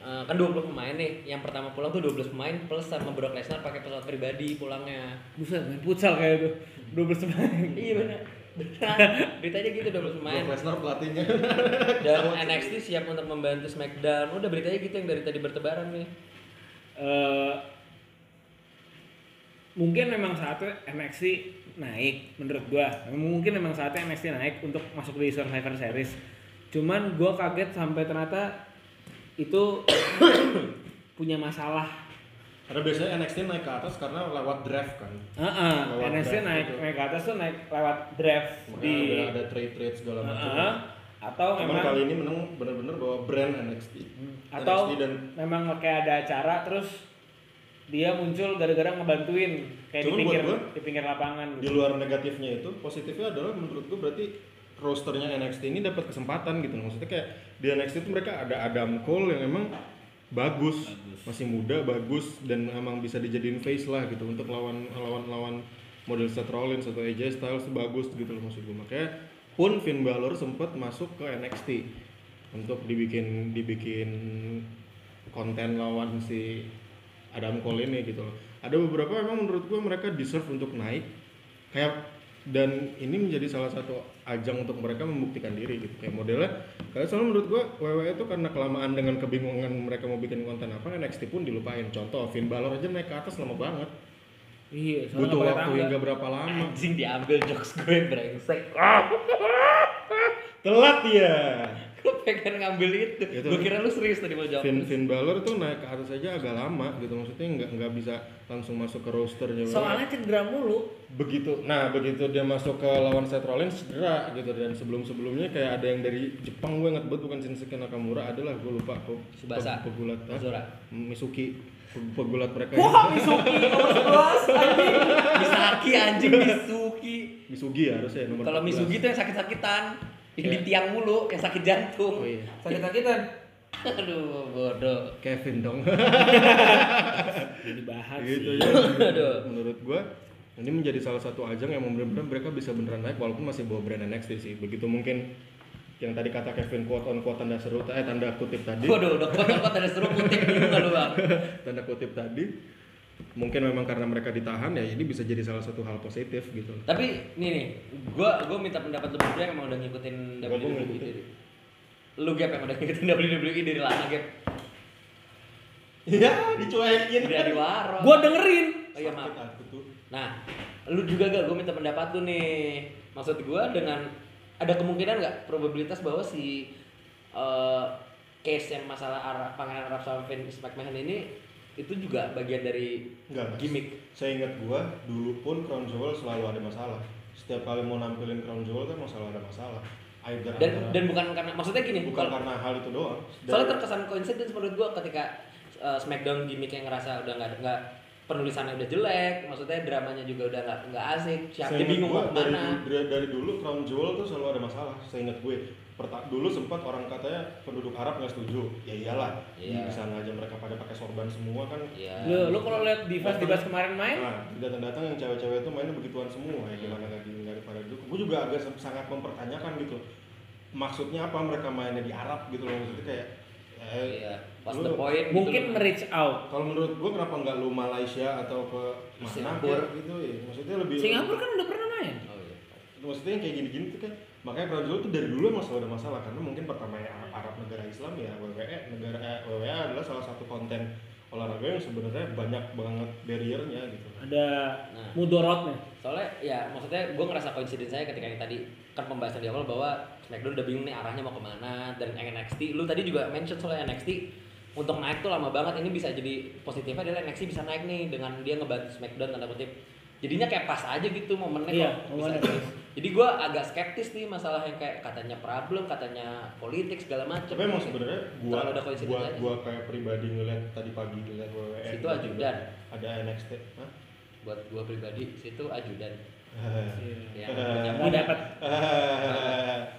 eh, kan 20 pemain nih. Yang pertama pulang tuh 12 pemain plus sama Brock Lesnar pakai pesawat pribadi pulangnya.
buset main futsal kayak itu dua bersemangat
Iya benar. Benar. Beritanya gitu 12 pemain.
Brock Lesnar pelatihnya.
Dan NXT siap untuk membantu SmackDown. Udah beritanya gitu yang dari tadi bertebaran nih.
Eh, mungkin memang saatnya NXT naik menurut gua mungkin memang saatnya NXT naik untuk masuk di Survivor Series cuman gua kaget sampai ternyata itu punya masalah
Karena biasanya NXT naik ke atas karena lewat draft kan.
Heeh,
Lewat
NXT
draft
naik
gitu.
naik ke atas tuh naik lewat draft
Makanya
di
ada, ada trade-trade segala macam.
Heeh. atau
Cuman
memang Hmm.
kali ini menang bener-bener bawa brand NXT.
atau
NXT dan
memang kayak ada acara terus dia muncul gara-gara ngebantuin kayak di
Cuman buat
pinggir
gua,
di pinggir lapangan gitu,
di luar negatifnya itu positifnya adalah menurut gue berarti rosternya NXT ini dapat kesempatan gitu maksudnya kayak di NXT itu mereka ada Adam Cole yang emang bagus, masih muda bagus dan emang bisa dijadiin face lah gitu untuk lawan lawan lawan model Seth Rollins atau AJ Styles bagus gitu loh maksud gue makanya pun Finn Balor sempat masuk ke NXT untuk dibikin dibikin konten lawan si Adam Cole ini gitu loh. Ada beberapa memang menurut gue mereka deserve untuk naik kayak dan ini menjadi salah satu ajang untuk mereka membuktikan diri gitu kayak modelnya karena soalnya menurut gue WWE E itu karena kelamaan dengan kebingungan mereka mau bikin konten apa NXT pun dilupain contoh Finn Balor aja naik ke atas lama banget
iya soalnya
butuh
nggak pakai
waktu ya.
tangga.
hingga berapa lama
Anjing diambil jokes gue brengsek.
telat ya
Gue pengen ngambil itu.
Itu.
Gue kira lu serius tadi mau jawab.
Finn, Finn Balor tuh naik ke atas aja agak lama gitu maksudnya nggak nggak bisa langsung masuk ke rosternya WWE.
soalnya cedera mulu
begitu nah begitu dia masuk ke lawan Seth Rollins cedera gitu dan sebelum sebelumnya kayak ada yang dari Jepang gue ingat banget bukan Shinsuke Nakamura adalah gue lupa kok
Tsubasa.
pegulat ah,
Zora.
Misuki Pe- pegulat mereka
wah
ini.
Misuki nomor 11 anjing
Misaki anjing Misuki.
Misugi ya harusnya nomor
Kalau
14.
Misugi tuh yang sakit-sakitan, yang di
Iya.
tiang mulu, yang sakit jantung.
Oh, iya.
sakit-sakitan
Aduh, bodoh.
Kevin dong
jadi bahas
gitu
sih
ya
Aduh.
menurut gue ini menjadi salah satu ajang yang benar-benar mereka bisa beneran naik walaupun masih bawa brand NXT sih begitu mungkin yang tadi kata Kevin quote on quote tanda seru eh tanda kutip tadi
Waduh, udah kuat-kuat ada seru kutip gitu lu, Bang.
tanda kutip tadi mungkin memang karena mereka ditahan ya ini bisa jadi salah satu hal positif gitu
Tapi nih nih, gua gua minta pendapat lu berdua yang emang udah ngikutin
Gua pun
WWE
ngikutin.
dari lu gap yang udah ngikutin WWE dari lama gap
iya dicuekin
dari waro
gua dengerin
oh iya maaf
aku tuh
nah lu juga gak gua minta pendapat lu nih maksud gua dengan ada kemungkinan nggak probabilitas bahwa si eh, case yang masalah Arab, pangeran Arab sama Vince McMahon ini itu juga bagian dari
enggak Mas.
gimmick
saya ingat gua dulu pun Crown Jewel selalu ada masalah setiap kali mau nampilin Crown Jewel kan masalah ada masalah either
dan
antara-
dan bukan karena maksudnya gini
bukan
kalau-
karena hal itu doang
Soalnya
Dari-
eh, terkesan coincidence menurut gua ketika uh, Smackdown gimmick yang ngerasa udah nggak nggak penulisannya udah jelek, maksudnya dramanya juga udah nggak nggak asik, siapa
Seingat
bingung
gua,
mau
dari,
mana.
dari, dari dulu Crown Jewel tuh selalu ada masalah. Seingat gue, Perta- dulu sempat orang katanya penduduk Arab nggak setuju. Ya iyalah,
Iya.
di sana aja mereka pada pakai sorban semua kan.
Iya.
Lo, lo kalau lihat Divas Divas kemarin main,
Nah, datang-datang yang cewek-cewek itu mainnya begituan semua ya
Iya.
gimana lagi daripada dulu. Gue juga agak se- sangat mempertanyakan gitu. Maksudnya apa mereka mainnya di Arab gitu loh maksudnya kayak eh,
Iya. What's
lu-
the point?
mungkin reach out.
Kalau menurut gue kenapa nggak lu Malaysia atau ke mana
Singapura.
kayak gitu ya? Maksudnya lebih
Singapura kan udah pernah main.
Oh iya.
maksudnya yang kayak gini-gini tuh kan makanya Prabu Zul tuh dari dulu emang selalu ada masalah karena mungkin pertama ya Arab, Arab negara Islam ya WWE negara eh, WWE adalah salah satu konten olahraga yang sebenarnya banyak banget barriernya gitu.
Ada
Nah.
mudorotnya.
Soalnya ya maksudnya gue ngerasa koinsiden saya ketika yang tadi kan pembahasan di awal bahwa Smackdown udah bingung nih arahnya mau kemana dan NXT lu tadi juga mention soalnya NXT untuk naik tuh lama banget ini bisa jadi positifnya adalah NXT bisa naik nih dengan dia ngebantu Smackdown tanda kutip jadinya kayak pas aja gitu momennya
Iya,
kok bisa
momennya.
jadi. jadi gue agak skeptis nih masalah yang kayak katanya problem katanya politik segala macam
Tapi emang sebenarnya gua
Terlalu ada koinsiden
gua,
aja.
gua kayak pribadi ngeliat tadi pagi ngeliat WWE
Situ
tiba-tiba
ajudan.
gitu, ada NXT. Hah?
buat gue pribadi situ ajudan
Iya.
ya,
Nggak dapat,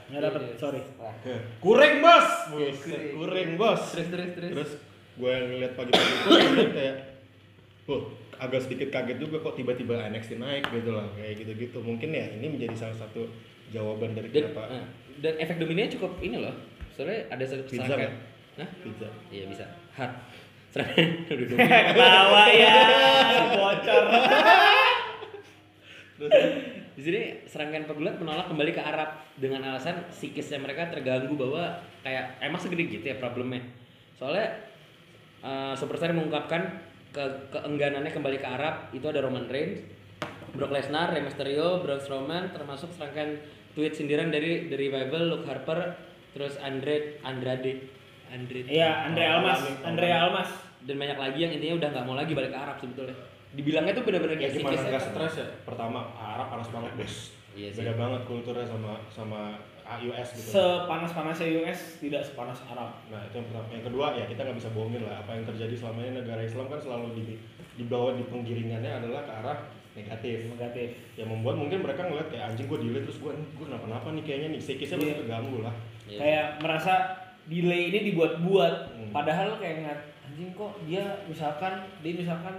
nggak dapat.
Iya.
Sorry.
Wah.
Kurang bos,
Iya,
Buset,
kuring.
kuring bos.
terus terus terus,
Terus gue ngeliat pagi-pagi itu gua ngeliat kayak Wah, agak sedikit kaget juga kok tiba-tiba NXT naik gitu lah kayak gitu-gitu mungkin ya ini menjadi salah satu jawaban dari
dan
kenapa
eh, dan efek dominannya cukup ini loh soalnya ada satu
Pizza
serangkaian
nggak?
Hah?
pizza
iya bisa hard serangkaian udah dominan.
Ketawa ya, bocor.
di sini serangkaian pegulat menolak kembali ke Arab dengan alasan psikisnya mereka terganggu bahwa kayak emang segede gitu ya problemnya soalnya eh, Superstar mengungkapkan ke keengganannya kembali ke Arab itu ada Roman Reigns Brock Lesnar, Rey Mysterio, Braun Strowman termasuk serangkaian tweet sindiran dari The Revival, Luke Harper, terus Andre Andrade Nah, Andre Iya.
Iya, Andre Almas, Andre Almas.
dan banyak lagi yang intinya udah nggak mau lagi balik ke Arab sebetulnya dibilangnya tuh bener-bener
ya
kayak
gimana
psikisnya.
nggak stres ya pertama Arab panas banget bos
Iya sih.
beda banget kulturnya sama sama US gitu
Sepanas-panasnya US tidak sepanas Arab.
Nah itu yang pertama. Yang kedua ya kita nggak bisa bohongin lah apa yang terjadi selama ini negara Islam kan selalu di dibawa di penggiringannya adalah ke arah negatif.
Negatif.
Yang membuat mungkin mereka ngeliat kayak anjing gue delay terus gue gue kenapa-napa nih kayaknya nih psikisnya pasti
Iya.
terganggu lah.
Iya.
kayak merasa delay ini dibuat-buat
Hmm.
padahal kayak ngeliat anjing kok dia misalkan dia misalkan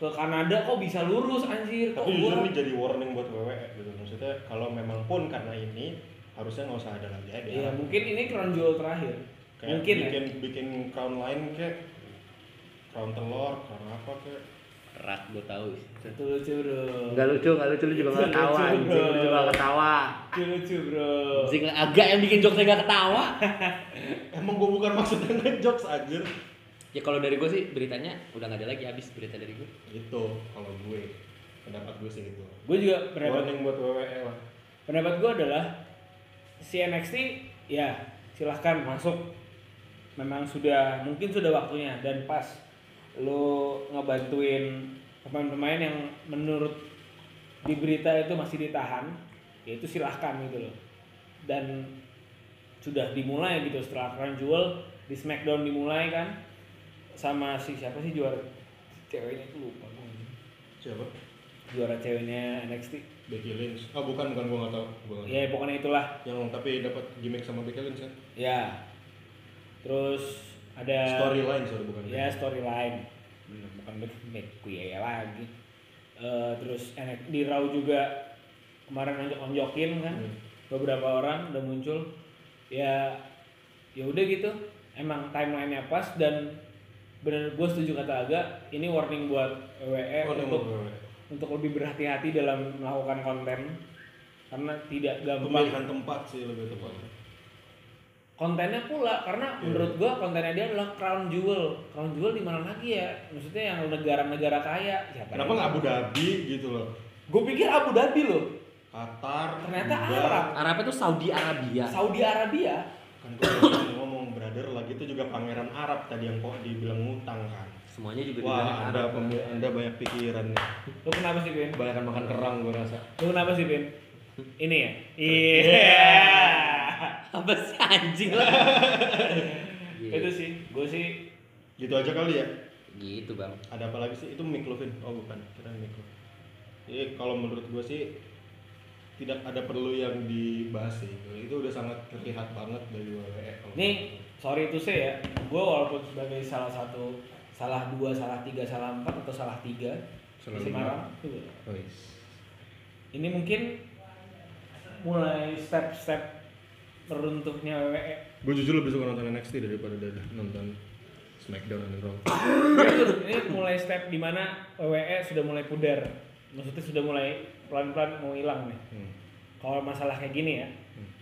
ke Kanada kok bisa lurus anjir kok
Tapi justru
gua
ini jadi warning buat WWE gitu maksudnya kalau memang pun karena ini harusnya nggak usah ada lagi ada.
ya mungkin ini keranjol terakhir
Kayak
mungkin ya
bikin bikin crown line kayak crown telur crown apa kayak
rak gue tahu
itu lucu bro
Enggak lucu, enggak lucu lu juga enggak
Nggak
ketawa,
lucu,
anjing
bro.
lu juga nggak ketawa.
lucu lucu bro
Anjing agak yang bikin jokes enggak ketawa.
emang gue bukan maksudnya ngejokes anjir
ya kalau dari gue sih beritanya udah nggak ada lagi habis berita dari gue.
gitu kalau gue pendapat gue sih gitu
gue juga pendapat
warning buat WWE lah
pendapat gue adalah si NXT ya silahkan masuk memang sudah mungkin sudah waktunya dan pas lo ngebantuin pemain-pemain yang menurut di berita itu masih ditahan ya itu silahkan gitu loh dan sudah dimulai gitu setelah Crown Jewel di Smackdown dimulai kan sama si siapa sih juara ceweknya itu lupa gua.
siapa
juara ceweknya NXT
Becky Lynch oh bukan bukan gue nggak tahu gue nggak tahu.
ya pokoknya itulah
yang tapi dapat gimmick sama Becky Lynch kan
Ya. Terus ada
storyline sorry bukan
Ya, storyline. Hmm, Bukan McQueen ya lagi. Eh, terus enak di Raw juga kemarin onjok-onjokin kan.
Hmm.
Beberapa orang udah muncul. Ya ya udah gitu. Emang timelinenya pas dan bener gue setuju kata Aga ini warning buat WWE
warning buat E.
untuk
WWE
untuk lebih berhati-hati dalam melakukan konten karena tidak gampang
pemilihan tempat sih lebih tepatnya
Iya. kontennya pula karena
Iya.
menurut gua kontennya dia adalah crown jewel crown jewel di mana lagi ya maksudnya yang negara-negara kaya Ya, siapa
kenapa nggak Abu Dhabi gitu loh
gue pikir Abu Dhabi loh
Qatar
ternyata
Dubai.
Arab
Arabnya tuh Saudi Arabia.
Saudi Arabia
kan gue udah ngomong brother lagi itu juga pangeran Arab tadi yang kok dibilang ngutang kan
Semuanya juga di
wah
Arab.
anda pemi- anda banyak pikiran nih
lu kenapa sih Bin?
kebanyakan makan kerang gue rasa
lu kenapa sih Bin? ini ya iya
Apa sih anjing lah.
Iya.
itu sih gue sih
gitu aja kali ya
gitu bang
ada apa lagi sih itu McLovin oh bukan kira McLovin jadi kalau menurut gue sih tidak ada perlu yang dibahas sih itu udah sangat terlihat banget dari E. WWE kalau
Nih, sorry itu saya ya. Gue walaupun sebagai salah satu, salah dua, salah tiga, salah empat atau salah tiga
Salah
di Semarang. Iya.
Oh,
Ini mungkin mulai step-step runtuhnya WWE.
gue jujur lebih suka nonton NXT daripada dari- nonton Smackdown dan Raw
Ini mulai step di mana WWE sudah mulai pudar. Maksudnya sudah mulai pelan-pelan mau hilang nih.
Hmm.
Kalau masalah kayak gini ya,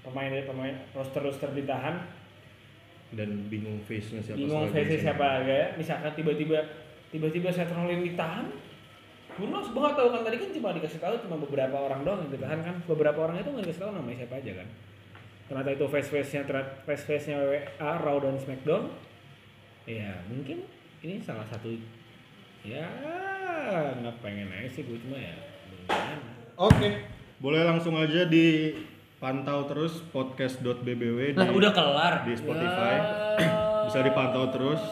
pemain dari pemain roster-roster ditahan,
dan bingung face nya siapa
bingung
sebagai
face
champion.
siapa aja ya. misalkan tiba-tiba tiba-tiba Seth Rollins ditahan gue langsung banget tahu kan tadi kan cuma dikasih tahu cuma beberapa orang doang yang ditahan kan beberapa orang itu nggak dikasih tahu namanya siapa aja kan ternyata itu face face nya face face nya WA Raw dan Smackdown ya mungkin ini salah satu ya nggak pengen aja sih gue cuma ya gimana
oke boleh langsung aja dipantau terus podcast.bbw di,
kelar
di Spotify bisa dipantau terus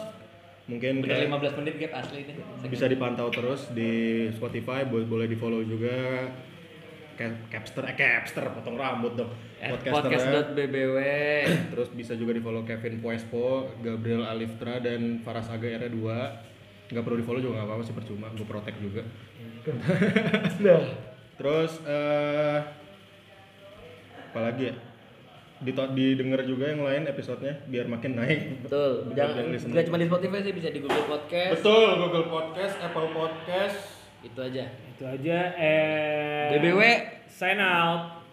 mungkin
udah
kayak-
15 menit gap asli ini
bisa dipantau terus di Spotify bo- boleh di follow juga Cap- Capster eh Capster potong rambut dong podcaster
podcast.bbw
terus bisa juga di follow Kevin Poespo Gabriel Aliftra dan Faras Aga era 2 nggak perlu di follow juga nggak apa-apa sih percuma gue protek juga terus eh apa lagi ya Dito- didengar juga yang lain episodenya biar makin naik
betul jangan
Biar listener.
nggak cuma di Spotify sih bisa di Google Podcast
betul Google Podcast Apple Podcast
itu aja
itu aja eh
BBW
sign out